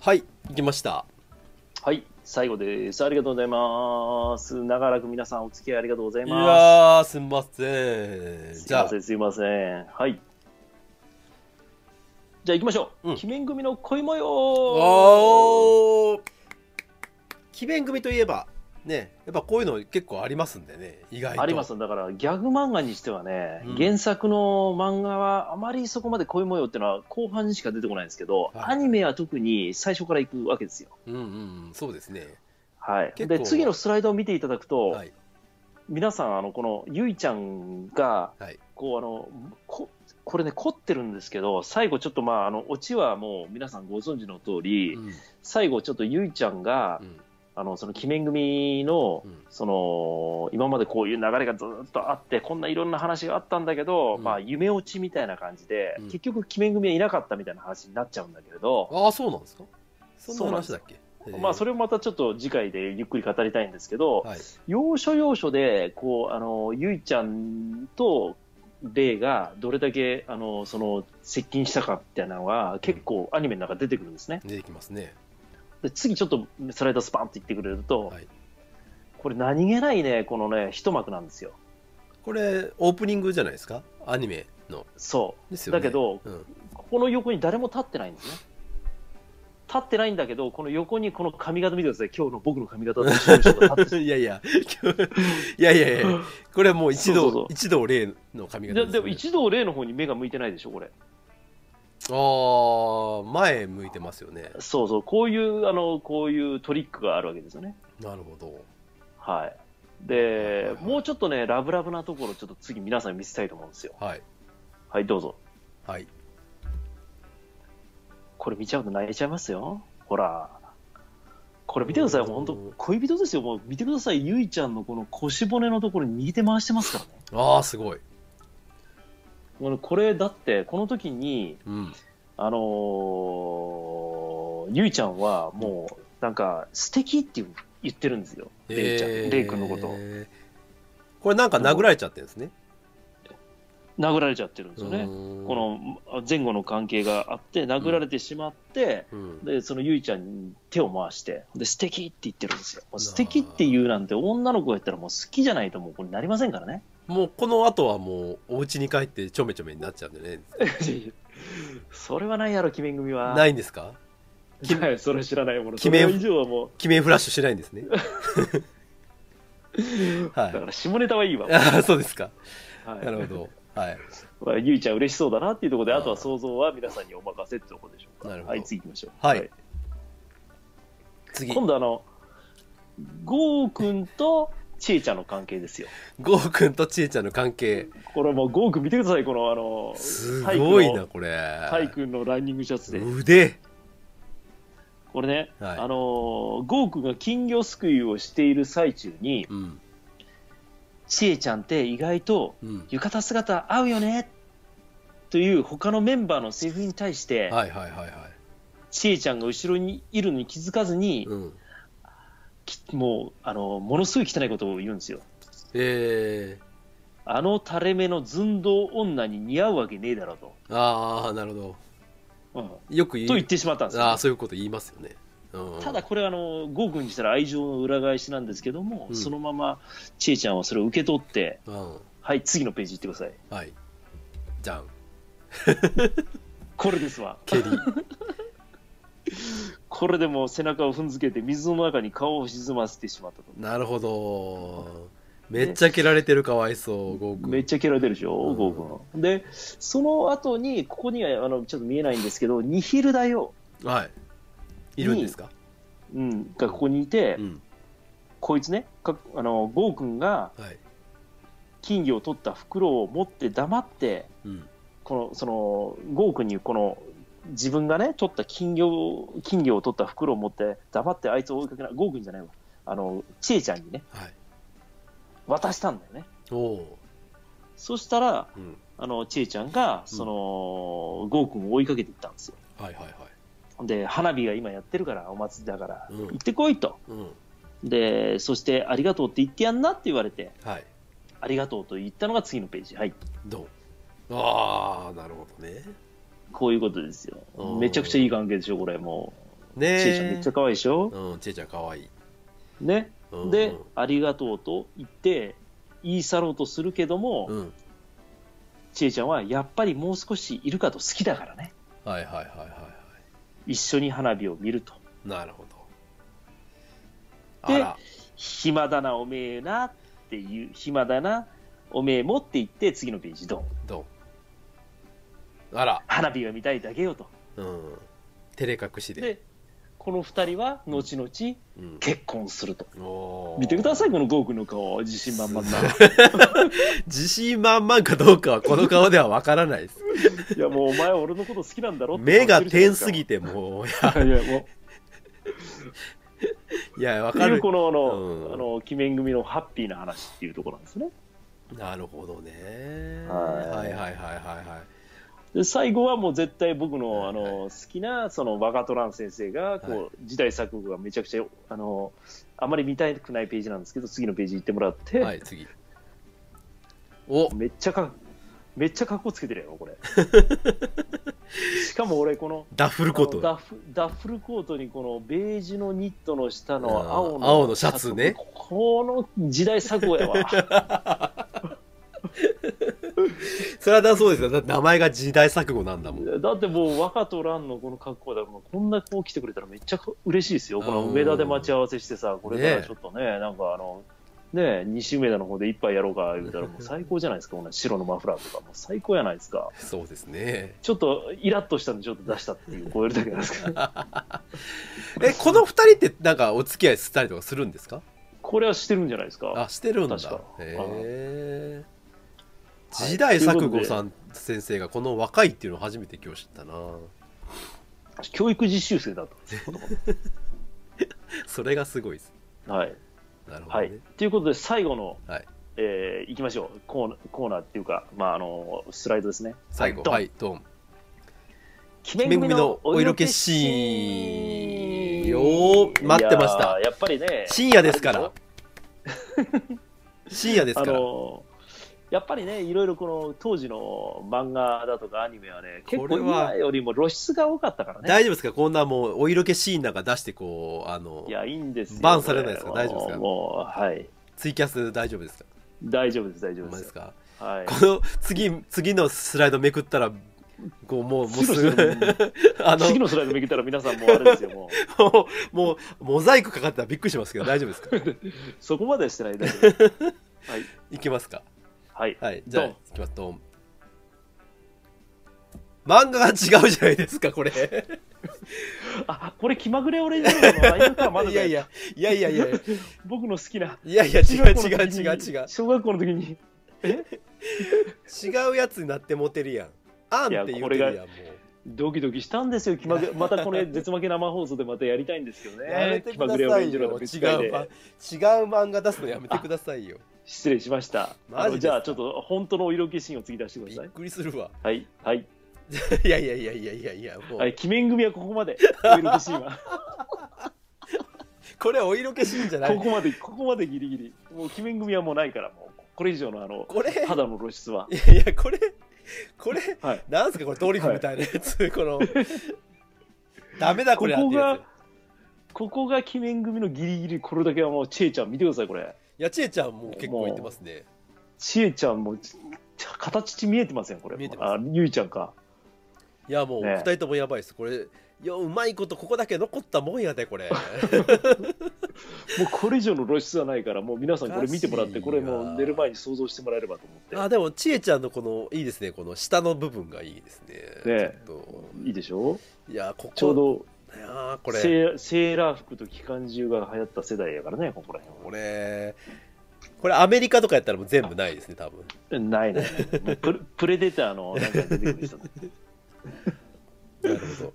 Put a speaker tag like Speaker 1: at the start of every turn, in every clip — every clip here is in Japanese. Speaker 1: はい、行きました。
Speaker 2: はい、最後です。ありがとうございます。長らく皆さんお付き合いありがとうござい
Speaker 1: い
Speaker 2: ま
Speaker 1: やー、すんません。
Speaker 2: す。す
Speaker 1: じ
Speaker 2: い
Speaker 1: ゃ
Speaker 2: ま
Speaker 1: あ
Speaker 2: せ、ん、すいません。はい。じゃあ行きましょう。
Speaker 1: うん
Speaker 2: 鬼面組の恋模様
Speaker 1: おー、奇弁組といえば、ね、やっぱこういうの結構ありますんでね、意外と。
Speaker 2: ありますだからギャグ漫画にしてはね、
Speaker 1: うん
Speaker 2: 原作の漫画はあまりそこまで恋模様っていうのは後半にしか出てこないんですけど、
Speaker 1: はい
Speaker 2: アニメは特に最初から行くわけですよ。
Speaker 1: うんうんうん、そうですね。
Speaker 2: はい、
Speaker 1: 結構
Speaker 2: で次のスライドを見ていただくと、
Speaker 1: はい。
Speaker 2: 皆さんあのこのゆいちゃんが、
Speaker 1: はい
Speaker 2: こうあのここれね凝ってるんですけど最後ちょっとまああのオチはもう皆さんご存知の通り、
Speaker 1: うん
Speaker 2: 最後ちょっとゆいちゃんが、
Speaker 1: うん
Speaker 2: あのその鬼面組の、
Speaker 1: うん
Speaker 2: その今までこういう流れがずっとあってこんないろんな話があったんだけど、
Speaker 1: うん
Speaker 2: まあ夢落ちみたいな感じで、
Speaker 1: うん
Speaker 2: 結局鬼面組はいなかったみたいな話になっちゃうんだけれど、
Speaker 1: ああ、そうなんですかそ
Speaker 2: そ
Speaker 1: ん
Speaker 2: う
Speaker 1: な
Speaker 2: なん
Speaker 1: 話
Speaker 2: です
Speaker 1: だっけ
Speaker 2: まあそ
Speaker 1: れ
Speaker 2: れをまたちょっと次回でゆっくり語りたいんですけど、
Speaker 1: はい。
Speaker 2: 要所要所でこうあのゆいちゃんとレイがどれだけあのその接近したかみたいなのが結構アニメの中で出てくるんですね。
Speaker 1: 出てきますね。
Speaker 2: で次ちょっとスライドスパンって言ってくれると、
Speaker 1: はい
Speaker 2: これ何気ないねこのね一幕なんですよ。
Speaker 1: これ、オープニングじゃないですかアニメの。
Speaker 2: そう
Speaker 1: ですよね。
Speaker 2: だけど
Speaker 1: うん、
Speaker 2: ここの横に誰も立ってないんですね。立ってないんだけど、この横にこの髪型見てください。今日の僕の髪型と一緒の人が 立って
Speaker 1: いやいや、いやいやいや、これはもう一
Speaker 2: そうそう
Speaker 1: 度
Speaker 2: そ、う
Speaker 1: 一度例の髪
Speaker 2: る
Speaker 1: 型
Speaker 2: で。
Speaker 1: す
Speaker 2: で
Speaker 1: よ
Speaker 2: も
Speaker 1: ね
Speaker 2: 一同例の方に目が向いてないでしょ、これ。
Speaker 1: ああ、前向いてますよね。
Speaker 2: そうそう、こういう、あの、こういうトリックがあるわけですよね。
Speaker 1: なるほど。
Speaker 2: はい。
Speaker 1: はいはい
Speaker 2: で
Speaker 1: は、い
Speaker 2: もうちょっとね、ラブラブなところ、ちょっと次皆さんに見せたいと思うんですよ。
Speaker 1: はい。
Speaker 2: はい、どうぞ。
Speaker 1: はい。
Speaker 2: これ見ちゃうと泣いちゃいますよ。ほら。これ見てください、
Speaker 1: おー
Speaker 2: 本当恋人ですよ。もう見てください、ゆいちゃんのこの腰骨のところに右手回してますからね。
Speaker 1: ああ、すごい。
Speaker 2: もうこれだってこの時に
Speaker 1: うん。
Speaker 2: あのーゆいちゃんはもうなんか素敵っていう言ってるんですよレイちゃん、レイ君のことを
Speaker 1: えーこれなんか殴られちゃってるんですね。
Speaker 2: 殴られちゃってるんですよねこ
Speaker 1: こ
Speaker 2: の前後の関係があって殴られてしまって、
Speaker 1: の、うん、
Speaker 2: でそのゆいちゃんに手を回してで素敵って言ってるんですよもう素敵って言うなんて女の子が言ったらもう好きじゃないともうこれなりませんからね
Speaker 1: もうこの後はもうお家に帰ってちょめちょめになっちゃうんでね。
Speaker 2: それはないやろ鬼面組は
Speaker 1: ないんですか
Speaker 2: ないそれは知らないもの
Speaker 1: 鬼
Speaker 2: そ
Speaker 1: 面
Speaker 2: れ以上はもう
Speaker 1: 記名フラッシュしないんです ね。は
Speaker 2: だか
Speaker 1: い。
Speaker 2: ら下ネタはいいわ、
Speaker 1: ああ、そうですか。
Speaker 2: はい
Speaker 1: なるほど。はい。
Speaker 2: まあ、ゆいちゃん嬉しそうだなっていうところで、
Speaker 1: あー
Speaker 2: あとは想像は皆さんにお任せってところでしょうか。
Speaker 1: なるほど
Speaker 2: はい、次行きましょう。
Speaker 1: はい次。
Speaker 2: 今度あの、ゴーくんとちえちゃんの関係ですよ。
Speaker 1: ゴーくんとちえちゃんの関係。
Speaker 2: これもうゴーくん見てください、このあの、
Speaker 1: すごいな、
Speaker 2: タイ
Speaker 1: これ。
Speaker 2: タイ君のランニングシャツで。
Speaker 1: 腕。
Speaker 2: これね、
Speaker 1: はい
Speaker 2: あのー、ゴーくんが金魚すくいをしている最中に、
Speaker 1: うん。
Speaker 2: ちえちゃんって意外と
Speaker 1: うん。
Speaker 2: 浴衣姿合うよねという他のメンバーのセリフに対して、
Speaker 1: はいはいはいは
Speaker 2: ちえちゃんが後ろにいるのに気づかずに
Speaker 1: い。、うん。
Speaker 2: きもうあのものすごい汚いことを言うんですよ
Speaker 1: えー、
Speaker 2: あの垂れ目の寸胴女に似合うわけねえだろうと、
Speaker 1: ああ、なるほど。
Speaker 2: うんと
Speaker 1: よく言う
Speaker 2: 言ってしまったんですよ
Speaker 1: ああ、そういうこと言いますよね。うん、
Speaker 2: ただ、これはあのゴー君にしたら愛情の裏返しなんですけども、
Speaker 1: うん
Speaker 2: そのままちえちゃんはそれを受け取って
Speaker 1: うん、
Speaker 2: はい次のページ行ってください
Speaker 1: はい。じゃん。
Speaker 2: これですわ
Speaker 1: 蹴り。
Speaker 2: これでもう背中を踏んづけて水の中に顔を沈ませてしまったと
Speaker 1: なるほど。めっちゃ蹴られてるかわいそう、ゴーくん。
Speaker 2: めっちゃ蹴られてるでしょ、
Speaker 1: うん
Speaker 2: ゴー君でその後にここにはあのちょっと見えないんですけどニヒルだよ、
Speaker 1: はい。いるんですか
Speaker 2: うん、がここにいて、
Speaker 1: うん。
Speaker 2: こいつね、かあのゴー君が
Speaker 1: はい。
Speaker 2: 金魚を取った袋を持って黙って、
Speaker 1: うん。
Speaker 2: このそのゴー君にこの自分がね、取った金魚を金魚を取った袋を持って黙ってあいつを追いかけない、ゴー君じゃないわ、あのちえちゃんにね、
Speaker 1: はい。
Speaker 2: 渡したんだよね。
Speaker 1: おお
Speaker 2: そしたら、
Speaker 1: ー。うん。
Speaker 2: あのちえちゃんがその、ゴー君を追いかけていったんですよ。
Speaker 1: はいはいはい。
Speaker 2: で、花火が今やってるから、お祭りだから、
Speaker 1: うん
Speaker 2: 行ってこいと。
Speaker 1: うん。
Speaker 2: で、そしてありがとうって言ってやんなって言われて、
Speaker 1: はい。
Speaker 2: ありがとうと言ったのが次のページ。はい。
Speaker 1: どうああ、なるほどね。
Speaker 2: こういうことですよ
Speaker 1: うん。
Speaker 2: めちゃくちゃいい関係でしょ、これ、もう。
Speaker 1: ね
Speaker 2: ちえちゃんめっちゃ可愛いでしょ、
Speaker 1: うん、ちえちゃん可愛い。
Speaker 2: ね、
Speaker 1: うん、
Speaker 2: で、ありがとうと言って言い去ろうとするけども、
Speaker 1: うん、
Speaker 2: ちえちゃんはやっぱりもう少しいるかと好きだからね
Speaker 1: はいはいはいはいは
Speaker 2: 一緒に花火を見ると
Speaker 1: い。なるほど。
Speaker 2: で
Speaker 1: あら、
Speaker 2: 暇だなおめえなっていう暇だなおめえもって言って次のページドン
Speaker 1: どうあら、
Speaker 2: 花火が見たいだけよと
Speaker 1: うん。照れ隠しで。
Speaker 2: でこの二人は後々結
Speaker 1: うん、
Speaker 2: 婚すると
Speaker 1: おー
Speaker 2: 見てくださいこのゴークの顔自信満 々な
Speaker 1: 自信満々かどうかはこの顔ではわからないで す。
Speaker 2: いやもうお前俺のこと好きなんだろって
Speaker 1: 目が点す
Speaker 2: て
Speaker 1: ぎてもう、い
Speaker 2: いやいやもう
Speaker 1: やいや、わ
Speaker 2: って
Speaker 1: か
Speaker 2: い
Speaker 1: る
Speaker 2: う。このあの、
Speaker 1: うん
Speaker 2: あの鬼面組のハッピーな話っていうところなんですね
Speaker 1: なるほどね。
Speaker 2: はい
Speaker 1: はいはいはいはいはい。
Speaker 2: で最後はもう絶対僕のあ
Speaker 1: はい
Speaker 2: の好きなそのバガトラン先生がこう、
Speaker 1: は
Speaker 2: 時代錯誤がめちゃくちゃあのあまり見たくないページなんですけど次のページ行ってもらって、
Speaker 1: はい、次。お
Speaker 2: めっちゃかめっちゃ格好つけてるやろ これしかも俺この
Speaker 1: ダッフルコー
Speaker 2: あの
Speaker 1: ト。
Speaker 2: ダフダッフルコートにこのベージュのニットの下の
Speaker 1: うん
Speaker 2: 青の
Speaker 1: 青のシャツね
Speaker 2: この時代錯誤やわ
Speaker 1: それはだそうですよ。だって名前が時代錯誤なんだもん。
Speaker 2: だってもう若と蘭のこの格好だからこんなこう来てくれたらめっちゃ嬉しいですよ、この上田で待ち合わせしてさ、これからちょっとね、なんかあの、ねえ、西梅田の方で一杯やろうか言うたら、も う最高じゃないですか、こんな白のマフラーとか、もう最高やないですか、
Speaker 1: そうですね。
Speaker 2: ちょっとイラッとしたんで、ちょっと出したっていう、こういうだけなんですけど、
Speaker 1: え、この二人ってなんかお付き合いしたりとかするんですか
Speaker 2: これはしてるんじゃないですか、
Speaker 1: あ、してるんだ
Speaker 2: 確か。
Speaker 1: へえ。
Speaker 2: はい
Speaker 1: 時代錯誤さん先生がこの若いっていうのを初めて今日知ったな。
Speaker 2: 教育実習生だったんですよ、
Speaker 1: それがすごいです。
Speaker 2: はい。
Speaker 1: なるほど
Speaker 2: はい
Speaker 1: ね。、
Speaker 2: ということで、最後の、
Speaker 1: はい
Speaker 2: えーいきましょうコーナー、コーナーっていうか、まあ、あのスライドですね。
Speaker 1: 最後、
Speaker 2: ドン
Speaker 1: はい、ドン。
Speaker 2: 鬼
Speaker 1: 面組のお色気シーンよー待ってました
Speaker 2: いやーやっぱりね
Speaker 1: 深夜ですから
Speaker 2: あれし
Speaker 1: 深夜です
Speaker 2: ょあ
Speaker 1: から。
Speaker 2: のやっぱりねいろいろこの当時の漫画だとかアニメはね結
Speaker 1: こ
Speaker 2: 構
Speaker 1: れは
Speaker 2: 今よりも露出が多かったからね
Speaker 1: 大丈夫ですかこんなもうお色気シーンなんか出してこう、あの
Speaker 2: い、やいいんですよ
Speaker 1: バンされないですか
Speaker 2: これ
Speaker 1: 大丈夫ですか
Speaker 2: もうはい
Speaker 1: ツイキャス大丈夫ですか
Speaker 2: 大丈夫です大丈
Speaker 1: ほん
Speaker 2: 夫
Speaker 1: まで
Speaker 2: で
Speaker 1: すす
Speaker 2: よ
Speaker 1: か
Speaker 2: はい
Speaker 1: この次次のスライドめくったらこうもうもうす
Speaker 2: 次のスライド
Speaker 1: ぐ あの
Speaker 2: 次のスライドめくったら皆さんもうあれですよもう
Speaker 1: もうもうモザイクかかってたらびっくりしますけど大丈夫ですか
Speaker 2: そこまではしてない大丈夫ですはい
Speaker 1: いきますか
Speaker 2: はい
Speaker 1: はいじゃあ
Speaker 2: ドン
Speaker 1: いきますドン漫画が違うじゃないですかこれ
Speaker 2: あこれ気まぐれオレンジ色のライブかまだ
Speaker 1: いやいやいやいやいやいや
Speaker 2: 僕の好きない
Speaker 1: やいや違う違う違う違う
Speaker 2: 小学校の時に
Speaker 1: 違うやつになってモテるやんあんって言うてるやんもう
Speaker 2: ドキドキしたんですよ気まぐ れまたこれ絶負け生放送でまたやりたいんですけど
Speaker 1: やめ
Speaker 2: ね
Speaker 1: て
Speaker 2: 気
Speaker 1: く
Speaker 2: ま
Speaker 1: だ
Speaker 2: ぐれオ
Speaker 1: さ
Speaker 2: レン
Speaker 1: い
Speaker 2: ジ
Speaker 1: よ
Speaker 2: 色の
Speaker 1: 違う
Speaker 2: 別会で
Speaker 1: ま違う漫画出すのやめてくださいよ
Speaker 2: 失礼しました
Speaker 1: マ
Speaker 2: あ
Speaker 1: ジ
Speaker 2: の
Speaker 1: です
Speaker 2: じ
Speaker 1: か
Speaker 2: ゃあちょっと本当のお色気シーンを次出してく
Speaker 1: び
Speaker 2: ださ
Speaker 1: っ
Speaker 2: い
Speaker 1: くりするわ
Speaker 2: はいはい、
Speaker 1: いやいやいやいやいやいやもう、
Speaker 2: はい、鬼面組はここ までお色気シーンは
Speaker 1: これお色気シーンじゃない
Speaker 2: ここまでここまでギリギリもう鬼面組はもうないからもうこれ以上のあの
Speaker 1: これい
Speaker 2: 肌の露出は
Speaker 1: やいやこれこれ、
Speaker 2: はい
Speaker 1: なんすかこれトリフみたいなやつ、こ のダメだこれ
Speaker 2: ここが
Speaker 1: なんて
Speaker 2: ここが鬼面組のギリギリこれだけはもうチエちゃん見てくださいこれ
Speaker 1: やついやちえちゃんも結構いってますね
Speaker 2: チエちゃんもち形見えてませんこれ
Speaker 1: 見えてます
Speaker 2: あゆいちゃんか
Speaker 1: いやもう
Speaker 2: ね
Speaker 1: 二人ともやばいですこれいやうまいことここだけ残ったもんやで これ
Speaker 2: もうこれ以上の露出はないから、もう皆さんこれ見てもらって、
Speaker 1: おかしい
Speaker 2: これもう寝る前に想像してもらえればと思っ
Speaker 1: あでもちえちゃんのこのいいですねこの下の部分がいいですね
Speaker 2: ね。
Speaker 1: ちょって
Speaker 2: いいでしょ
Speaker 1: といやここ
Speaker 2: ちょう
Speaker 1: いやーこ
Speaker 2: ど
Speaker 1: れ
Speaker 2: セーセーラー服と機関銃が流行った世代やからね、ここら辺は。
Speaker 1: これこれアメリカとかやったらもう全部ないですね多分
Speaker 2: ないね。 もうプレプレデターのなんか出てくる人。
Speaker 1: なるほど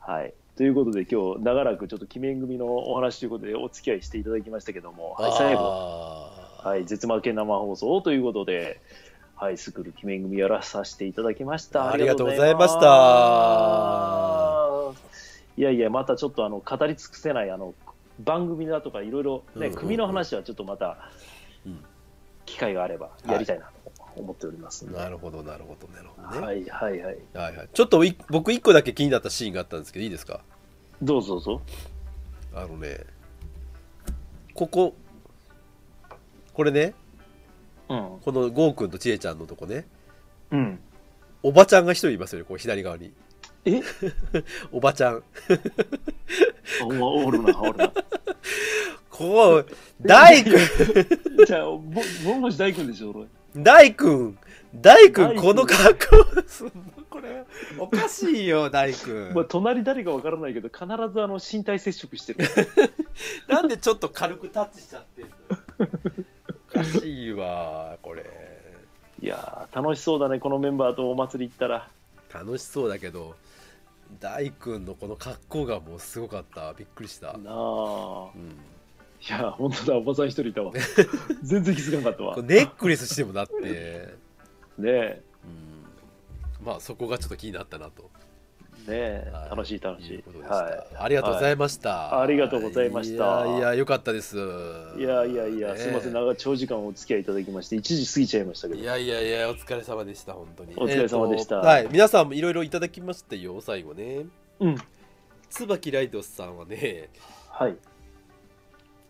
Speaker 2: はい。ということで、今日長らくちょっと鬼面組のお話ということでお付き合いしていただきましたけども、はい、最後、
Speaker 1: 後
Speaker 2: はい、絶負け生放送ということで、はい、スクール鬼面組やらさせていただきました。
Speaker 1: ありがとうございました
Speaker 2: いやいや、またちょっとあの語り尽くせないあの番組だとかいろいろ
Speaker 1: うんうん
Speaker 2: ね、
Speaker 1: うん
Speaker 2: 組の話はちょっとまた
Speaker 1: うん
Speaker 2: 機会があればやりたいなと思っておりますので。
Speaker 1: なるほどなるほどなるほどね、
Speaker 2: はいはいはい。
Speaker 1: はいはい、ちょっとい僕一個だけ気になったシーンがあったんですけどいいですか
Speaker 2: どうぞどうぞ。
Speaker 1: あのねこここれね
Speaker 2: うん。
Speaker 1: このゴーくんとちえちゃんのとこね
Speaker 2: うん。
Speaker 1: おばちゃんが一人いますよねこう左側に
Speaker 2: え
Speaker 1: おばちゃん
Speaker 2: おおるな、おるな。
Speaker 1: こう大君
Speaker 2: じゃあ、ぼ、ぼんぼし大君でしょ、俺。
Speaker 1: 大君大君
Speaker 2: 大君
Speaker 1: この格好すんのこれおかしいよ大 君
Speaker 2: まあ、隣誰かわからないけど、必ずあの、身体接触してる。
Speaker 1: なんでちょっと軽くタッチしちゃってんのおかしいわこれ
Speaker 2: いやー、楽しそうだね、このメンバーとお祭り行ったら。
Speaker 1: 楽しそうだけど大君のこの格好がもうすごかったびっくりした、
Speaker 2: なあ。
Speaker 1: うん、
Speaker 2: いやー、本当だ、おばさん一人 いたわ。全然気づかなかったわ
Speaker 1: こ。れネックレスしてもだって、
Speaker 2: ねえ、
Speaker 1: うん、まあそこがちょっと気になったなと
Speaker 2: ねえ
Speaker 1: は、い
Speaker 2: 楽しい楽し
Speaker 1: いう
Speaker 2: い
Speaker 1: こと。でした、
Speaker 2: は
Speaker 1: ありがとうございました、
Speaker 2: はいありがとうございました
Speaker 1: いやいやよかったです
Speaker 2: い。いやいやいや、すいませ
Speaker 1: ね
Speaker 2: ん、長長時間お付き合いいただきまして、1時過ぎちゃいましたけ
Speaker 1: い
Speaker 2: ど。
Speaker 1: やいやいやお疲れ様でした本当に
Speaker 2: お疲れ様でした
Speaker 1: えーとはい皆さんもいろいろいただきましたよ最後ね
Speaker 2: うん、
Speaker 1: 椿ライドさんはね
Speaker 2: はい。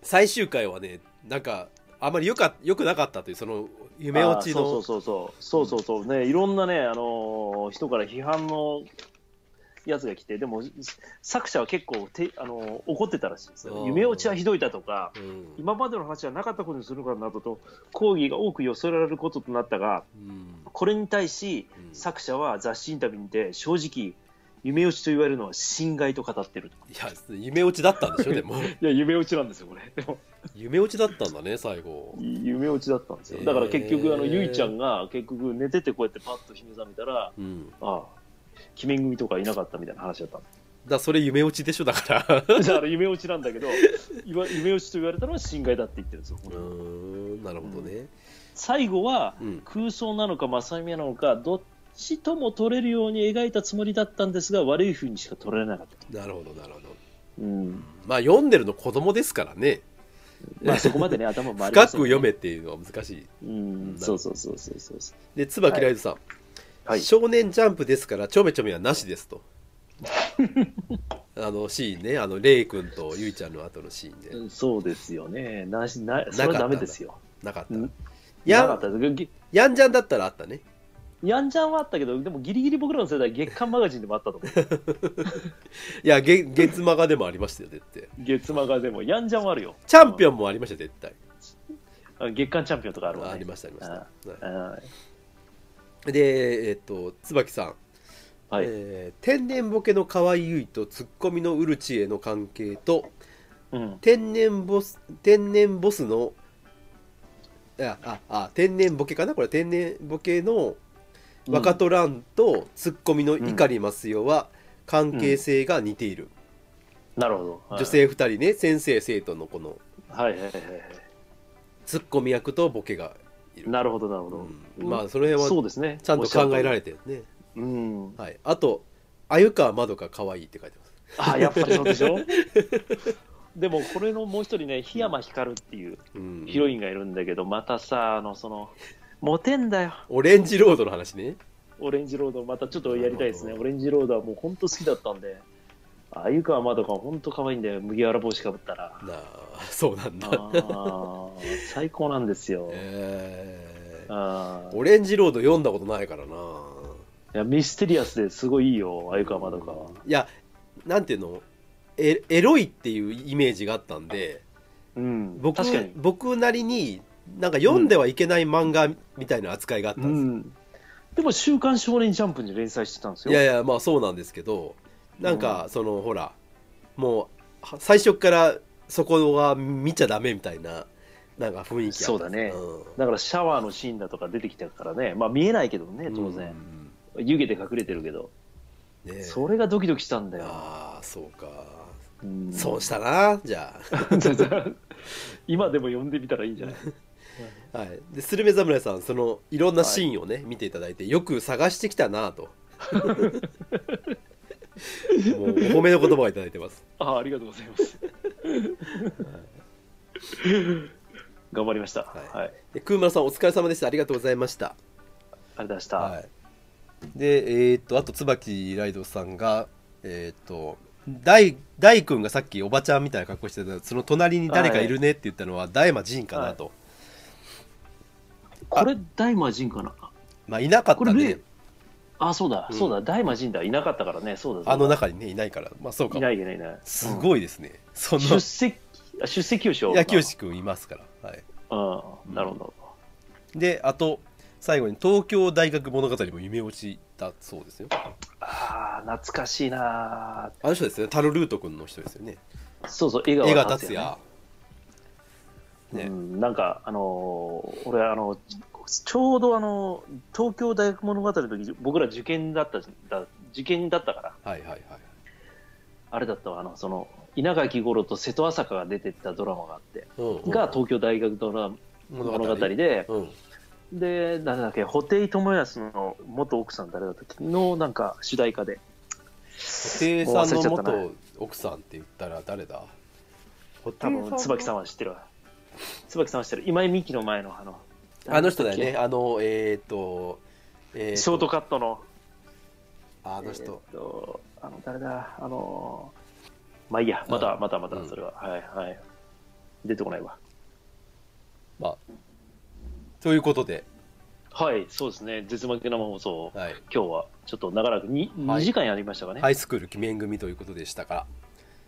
Speaker 1: 最終回はねなんかあまりよかよくなかったというその夢落ち
Speaker 2: あー
Speaker 1: の
Speaker 2: そうそうそうそうそうそうねいろんなねあのー人から批判のやつが来てでも作者は結構てあのー怒ってたらしいです
Speaker 1: う
Speaker 2: よ
Speaker 1: ん
Speaker 2: 夢落ちはひどいだとか
Speaker 1: うん
Speaker 2: 今までの話はなかったことにするからなどと抗議が多く寄せられることとなったが
Speaker 1: うん
Speaker 2: これに対し
Speaker 1: うん
Speaker 2: 作者は雑誌インタビューにて正直夢落ちと言われるのは侵害と語ってる
Speaker 1: いや夢落ちだったんでしょで も
Speaker 2: いや夢落ちなんですよこれでも
Speaker 1: 夢落ちだったんだね最後
Speaker 2: 夢落ちだったんですよだから結局あの
Speaker 1: へー
Speaker 2: ゆいちゃんが結局寝ててこうやってパッと目覚めたら
Speaker 1: うんだか
Speaker 2: ああ、鬼面組とかいなかったみたいな話だったん
Speaker 1: らそれ夢落ちでしょだから
Speaker 2: です。 じゃあ、あれ夢落ちなんだけ ど、いわ夢落ちと言われたのは侵害だって言ってるんですよ。
Speaker 1: うーんなるほどね
Speaker 2: 最後は
Speaker 1: うん
Speaker 2: 空想なのか正夢なのか、どっちとも取れるように描いたつもりだったんですが、悪い風にしか取られなかった。
Speaker 1: なるほどなるほど
Speaker 2: うん。
Speaker 1: まあ読んでるの子供ですからね
Speaker 2: まあそこまでね、頭回り
Speaker 1: 深
Speaker 2: ま
Speaker 1: く
Speaker 2: せんね
Speaker 1: 読めっていうのは難しい
Speaker 2: うん、そうそうそうそうそうそう。
Speaker 1: で椿ライドさん、
Speaker 2: はい。
Speaker 1: 少年ジャンプですからちょめちょめはなしですと あのシーンねあのレイ君とゆいちゃんの後のシーンで
Speaker 2: そうですよね。なし、な、それはダメですよ。
Speaker 1: なかった
Speaker 2: うん
Speaker 1: や
Speaker 2: なかっ
Speaker 1: ん
Speaker 2: たですぎ
Speaker 1: やんじゃんだったらあったね
Speaker 2: やんちゃんはあったけど、でもギリギリ僕らの世代、月刊マガジンでもあったと思う。
Speaker 1: いやげ月マガでもありましたよ絶対
Speaker 2: 月間がでも、やんじゃんはあるよ。
Speaker 1: チャンピオンもありました絶対
Speaker 2: あ月間チャンピオンとかあるわ、ね。
Speaker 1: ありましたありましたは
Speaker 2: はい
Speaker 1: でえっと椿さん、
Speaker 2: い。はい
Speaker 1: えー天然ボケの河合優衣とツッコミのウルチへの関係と
Speaker 2: うん。
Speaker 1: 天然ボス天然ボスのいやああ天然ボケかなこれ天然ボケの若トランとツッコミの碇マスヨは関係性が似ている、
Speaker 2: なるほど。はい
Speaker 1: 女。性2人ね先生生徒のこの
Speaker 2: はいはいはいは
Speaker 1: ツッコミ役とボケがい
Speaker 2: い。
Speaker 1: る、
Speaker 2: なるほど、なるほ
Speaker 1: う
Speaker 2: ど。
Speaker 1: んまあその辺
Speaker 2: そ
Speaker 1: は
Speaker 2: うですね。
Speaker 1: ちゃんと考えら
Speaker 2: れ
Speaker 1: れてるね、
Speaker 2: うん。
Speaker 1: はい、あと「鮎川まどか可愛いって書いてます
Speaker 2: あ、やっぱりそうでしょ でも、これのもう一人ね、檜山光っていう
Speaker 1: うん
Speaker 2: ヒロインがいるんだけど、またさ、あの、その、モテんだよ。
Speaker 1: オレンジロードの話ね
Speaker 2: オレンジロード、またちょっとやりたいですね。
Speaker 1: なる
Speaker 2: オレンジロードはもう本当好きだったんで。あゆかはまだか本当可愛いんだよ。麦わら帽子かぶったら。
Speaker 1: なあ そうなんだ、
Speaker 2: あー最高なんです よ。
Speaker 1: えー
Speaker 2: あー
Speaker 1: オレンジロード読んだことないからない
Speaker 2: やミステリアスですごいいいよ、鮎川まどかは。
Speaker 1: いやなんていうのエエロいっていうイメージがあったんで
Speaker 2: うん、
Speaker 1: 僕
Speaker 2: 確かに。
Speaker 1: 僕なりになんか読んではいけない漫画みたいな扱いがあった
Speaker 2: うん
Speaker 1: です、
Speaker 2: ん、でも、週刊少年ジャンプに連載してたんですよ。
Speaker 1: いやいやまあそうなんですけどなんかその、ほらもうは最初からそこは見ちゃダメみたいななんか雰囲気あった
Speaker 2: そうだね
Speaker 1: ん
Speaker 2: だからシャワーのシーンだとか出てきたからね、まあ見えないけどね、当然、湯気で隠れてるけど、
Speaker 1: うんね
Speaker 2: それがドキドキしたんだよ、
Speaker 1: ああそうか
Speaker 2: うん
Speaker 1: 損したなじゃ
Speaker 2: 今でも読んでみたらいいんじゃない
Speaker 1: あ、はい、でスルメ侍さんそのいろんなシーンをね、見ていただいてよく探してきたなともうお褒めの言葉をいただいてます
Speaker 2: ああ、ありがとうございます。頑張りました。は
Speaker 1: はい
Speaker 2: い、あり
Speaker 1: でクーマラさんお疲れ様でしたありがとうございました
Speaker 2: がとうございました。
Speaker 1: はい、でえーっとあと椿ライドさんがえーっと大大君がさっきおばちゃんみたいな格好してたその隣に誰かいるねって言ったのは大魔神かなと、
Speaker 2: これ大魔神かな
Speaker 1: まあいなかった
Speaker 2: これ
Speaker 1: ね
Speaker 2: 例あそうだ、
Speaker 1: うん
Speaker 2: そうだ大魔神だいなかったからねそうだそうだ
Speaker 1: あの中にねいないからまあそうか
Speaker 2: いないいないいない
Speaker 1: す
Speaker 2: い、
Speaker 1: ごいですね、そ
Speaker 2: うん出
Speaker 1: の
Speaker 2: 席あ出席をしよう
Speaker 1: 野球師君いますから、はい、
Speaker 2: うんなるほど
Speaker 1: であと最後に東京大学物語も夢落ちだそうですよ
Speaker 2: ああ懐かしいな
Speaker 1: あの人ですよねタロルート君の人ですよね
Speaker 2: そうそう江
Speaker 1: 映
Speaker 2: 川
Speaker 1: 画達
Speaker 2: 也ね
Speaker 1: 也ね
Speaker 2: うん、なんか、あのー俺、あのちょうど、あの東京大学物語の時僕ら受験だったじだ受験だったから、
Speaker 1: はいはいはい
Speaker 2: あれだったわあのその稲垣吾郎と瀬戸朝香が出てったドラマがあって、
Speaker 1: うんうん
Speaker 2: が東京大学ドラマ
Speaker 1: 物
Speaker 2: 物語で、
Speaker 1: うん
Speaker 2: で、なんだっけ、布袋寅泰の元奥さん誰だったっけの、なんか主題歌で、
Speaker 1: 布袋さん
Speaker 2: もう忘れち
Speaker 1: の
Speaker 2: ゃったな
Speaker 1: 元奥さんって言ったら誰だ布
Speaker 2: 多分椿さん
Speaker 1: ん
Speaker 2: は知ってるわ。椿さんは知ってる。今井美樹の前の、あの、
Speaker 1: あの人だよ
Speaker 2: なん
Speaker 1: ね
Speaker 2: っ
Speaker 1: あのえっ、とえー
Speaker 2: け。
Speaker 1: と
Speaker 2: ショートカットの。
Speaker 1: あの人、
Speaker 2: えーっとあの誰だあのーまあいいやまたまたまた
Speaker 1: うん
Speaker 2: それは、はいはい出てこないわ
Speaker 1: まあということで、
Speaker 2: はいそうですね絶負け生放送
Speaker 1: はい、
Speaker 2: 今日はちょっと長らく 2,、
Speaker 1: はい
Speaker 2: 2時間やりましたかね
Speaker 1: ハ
Speaker 2: はい
Speaker 1: イスクール鬼面組ということでしたから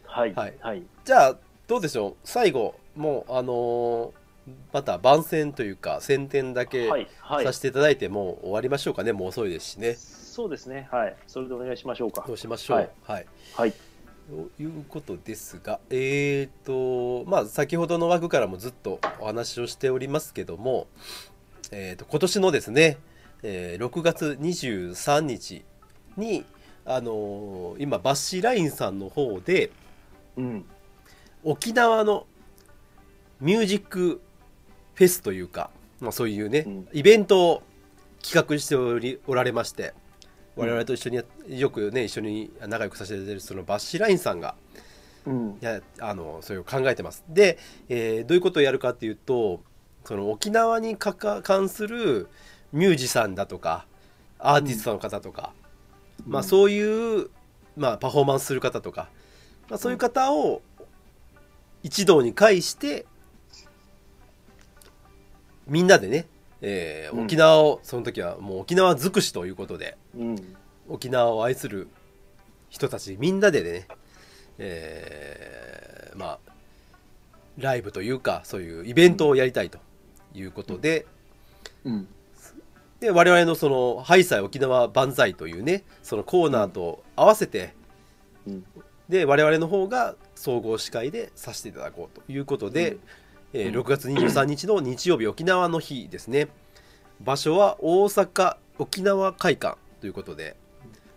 Speaker 2: はい、
Speaker 1: はいじゃあどうでしょう最後もうあのーまた番宣というか宣伝だけ
Speaker 2: はいはい
Speaker 1: させていただいてもう終わりましょうかねもう遅いですしね
Speaker 2: そうですねはいそれでお願いしましょうか
Speaker 1: どうしましょう
Speaker 2: は
Speaker 1: はい
Speaker 2: い、はい
Speaker 1: ということですがえっ、とまあ先ほどの枠からもずっとお話をしておりますけどもえー、と今年のですね、えー6月23日にあのー今バッシーラインさんの方で、
Speaker 2: うん
Speaker 1: 沖縄のミュージックフェスというか、まあ、そういうね、
Speaker 2: うん
Speaker 1: イベントを企画しておりおられまして
Speaker 2: うん
Speaker 1: 我々と一緒にやよくね一緒に仲良くさせていただいてるそのバッシーラインさんが
Speaker 2: うん
Speaker 1: やあのそれを考えてます。で、えーどういうことをやるかっていうとその沖縄にかか関するミュージシャンだとかアーティストの方とか、まあ、そういう、まあ、パフォーマンスする方とか、まあ、そういう方を一堂に会してみんなでね、えー
Speaker 2: うん
Speaker 1: 沖縄をその時はもう沖縄尽くしということで
Speaker 2: うん
Speaker 1: 沖縄を愛する人たちみんなでね、えーまあライブというかそういうイベントをやりたいということで。
Speaker 2: うん
Speaker 1: で我々のその「ハイサイ沖縄万歳」というねそのコーナーと合わせて、
Speaker 2: うん
Speaker 1: で我々の方が総合司会でさせていただこうということで、えー
Speaker 2: うん
Speaker 1: 6月23日の日曜日沖縄の日ですね場所は大阪沖縄会館ということで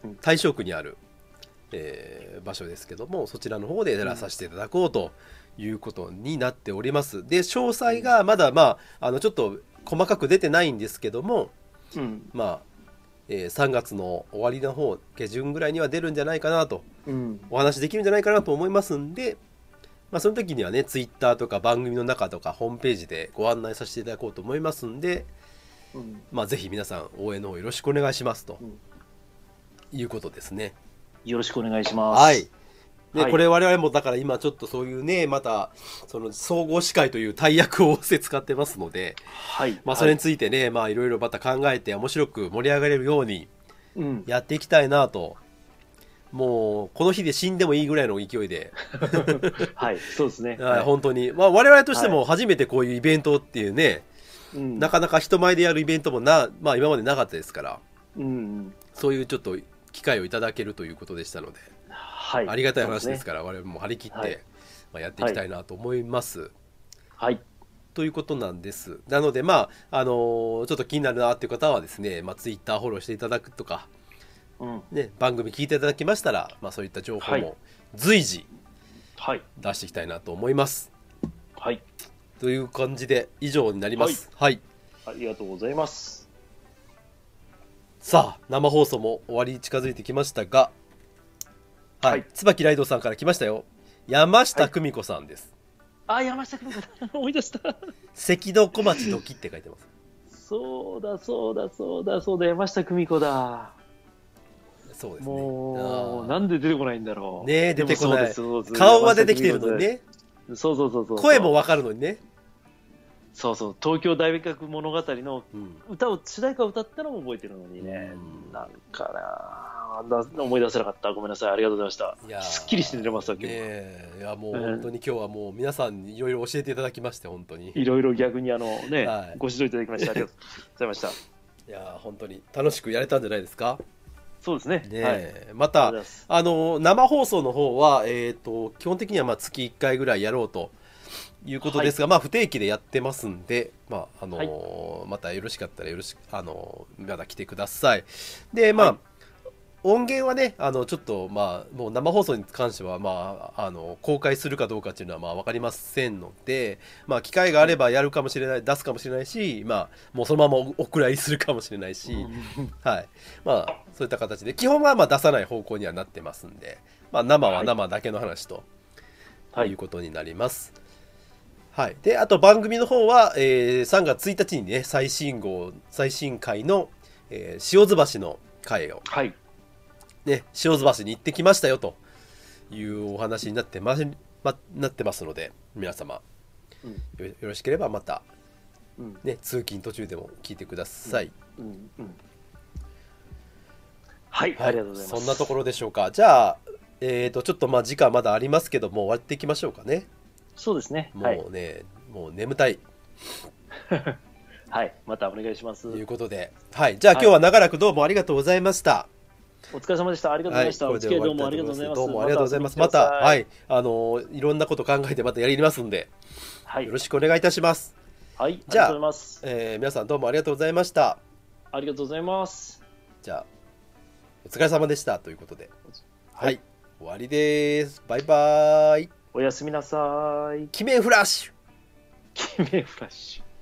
Speaker 2: うん
Speaker 1: 大正区にある、えー場所ですけどもそちらの方でやらさせていただこうということになっておりますで詳細がまだまああのちょっと細かく出てないんですけども、
Speaker 2: うん
Speaker 1: まあ、えー3月の終わりの方下旬ぐらいには出るんじゃないかなと
Speaker 2: うん
Speaker 1: お話できるんじゃないかなと思いますんで、まあ、その時にはねツイッターとか番組の中とかホームページでご案内させていただこうと思いますんで、
Speaker 2: うん
Speaker 1: まあ、ぜひ皆さん応援の方よろしくお願いしますと
Speaker 2: うん
Speaker 1: いうことですね。
Speaker 2: よろしくお願いします
Speaker 1: はいで
Speaker 2: はい
Speaker 1: これ我々もだから今ちょっとそういうねまたその総合司会という大役を仰せ使ってますので、
Speaker 2: はい
Speaker 1: まあ、それについてね、い、まあいろいろまた考えて面白く盛り上がれるように
Speaker 2: はいうん
Speaker 1: やっていきたいなともうこの日で死んでもいいぐらいの勢いで、
Speaker 2: はいそうですね
Speaker 1: はい、本当に、まあ、我々としても初めてこういうイベントっていうね、
Speaker 2: うん
Speaker 1: なかなか人前でやるイベントもな、まあ、今までなかったですから
Speaker 2: うん
Speaker 1: そういうちょっと機会をいただけるということでしたので、
Speaker 2: はい
Speaker 1: ありがたい話です
Speaker 2: か
Speaker 1: から我々も張り切って、
Speaker 2: はい
Speaker 1: まあ、やっていきたいなと思います。
Speaker 2: はい
Speaker 1: ということなんです。なので、まあ、あのーちょっと気になるなっていう方はですね、まあ、ツイッターフォローしていただくとか、
Speaker 2: うん
Speaker 1: ね、番組聞いていただきましたら、まあ、そういった情報
Speaker 2: はい
Speaker 1: も随時
Speaker 2: はい
Speaker 1: 出していきたいなと思います。
Speaker 2: はい
Speaker 1: という感じで以上になります。はい、
Speaker 2: ありがとうございます
Speaker 1: さあ生放送も終わりに近づいてきましたが、はい、
Speaker 2: はい
Speaker 1: 椿ライドさんから来ましたよ。山下久美子さんです。
Speaker 2: あ山下君 だ思い出した
Speaker 1: 赤道小町ドキって書いてます。
Speaker 2: そうだそうだそうだそうだ山下久美子だ
Speaker 1: そうですね
Speaker 2: もう、
Speaker 1: あ
Speaker 2: なんで出てこないんだろ
Speaker 1: ー
Speaker 2: う。
Speaker 1: ねえ出てこない
Speaker 2: でもそうです
Speaker 1: 顔は出てきてるのに。ね
Speaker 2: そうそうそうそう。
Speaker 1: 声もわかるのにね、
Speaker 2: そうそう、東京大学物語の
Speaker 1: うん、
Speaker 2: 歌を、主題歌を歌ったのも覚えてるのにね。
Speaker 1: うん
Speaker 2: なんかなぁな思い出せなかった。ごめんなさい。ありがとうござい
Speaker 1: いや
Speaker 2: ま
Speaker 1: ー
Speaker 2: した。すっきりして寝れますわ、今日。
Speaker 1: ねえいやもう
Speaker 2: うん
Speaker 1: 本当に今日はもう皆さんにいろいろ教えていただきまして本当にい
Speaker 2: いろいろ逆にあのね、
Speaker 1: はい
Speaker 2: ご指導いただきましてありがとうございました。
Speaker 1: や本当に楽しくやれたんじゃないですか
Speaker 2: そうですね。
Speaker 1: ねえ、
Speaker 2: はい。ありがと
Speaker 1: ま
Speaker 2: うご
Speaker 1: た
Speaker 2: ざいます。
Speaker 1: あの生放送の方は、えー、と基本的にはまあ月1回ぐらいやろうということですが、まあ、不定期でやってますんで、まああのまたよろしかったらよろしあのまた来てください。でまあ、
Speaker 2: はい
Speaker 1: 音源はねあのちょっと、まあ、もう生放送に関しては、まあ、あの公開するかどうかっていうのはまあ分かりませんので、まあ、機会があればやるかもしれない出すかもしれないし、まあ、もうそのままおお蔵入りするかもしれないし。はい、まあそういった形で基本はまあ出さない方向にはなってますんで、まあ、生は生だけの話と。
Speaker 2: はいいう
Speaker 1: ことになります。はい、であと番組の方は、えー3月1日にね最新号最新回の、えー塩津橋の回を、
Speaker 2: はい。
Speaker 1: ね、塩津橋に行ってきましたよというお話になってままなってますので皆様よよろしければまた、
Speaker 2: うん。
Speaker 1: ね、通勤途中でも聞いてください。
Speaker 2: うん。うん。はい。
Speaker 1: はい
Speaker 2: ありがとうございます。
Speaker 1: そんなところでしょうか。じゃあ、えー、とちょっとまあ時間まだありますけども終わっていきましょうかね。
Speaker 2: そうですね。
Speaker 1: も
Speaker 2: はい。
Speaker 1: うね、もう眠たい
Speaker 2: はい。またお願いします。
Speaker 1: と
Speaker 2: お
Speaker 1: いうことで、はい、じゃあ今日は長らくどうもありがとうございました。
Speaker 2: 疲れ様でした。ありがとうございました。
Speaker 1: こ
Speaker 2: お
Speaker 1: れで
Speaker 2: 付
Speaker 1: 終
Speaker 2: き合い
Speaker 1: わ
Speaker 2: どう
Speaker 1: りた
Speaker 2: もあ
Speaker 1: と
Speaker 2: りがとうございます。
Speaker 1: どうもありがとうございます。ま
Speaker 2: ま
Speaker 1: た、
Speaker 2: た
Speaker 1: は
Speaker 2: はい
Speaker 1: い、あのーいろんなこと考えてまたやりますんで、
Speaker 2: はい
Speaker 1: よろ。しくお願いいたします。
Speaker 2: はい。
Speaker 1: じゃあ
Speaker 2: ありがとうございます。
Speaker 1: えー皆さんどうもありがとうございました。
Speaker 2: ありがとうございます。
Speaker 1: じゃあ、お疲れ様でしたということで、はい、
Speaker 2: はい
Speaker 1: 終わりです。バイバーイ。
Speaker 2: おやすみなさい。
Speaker 1: キメンフラッシュ
Speaker 2: キメフラッシュ。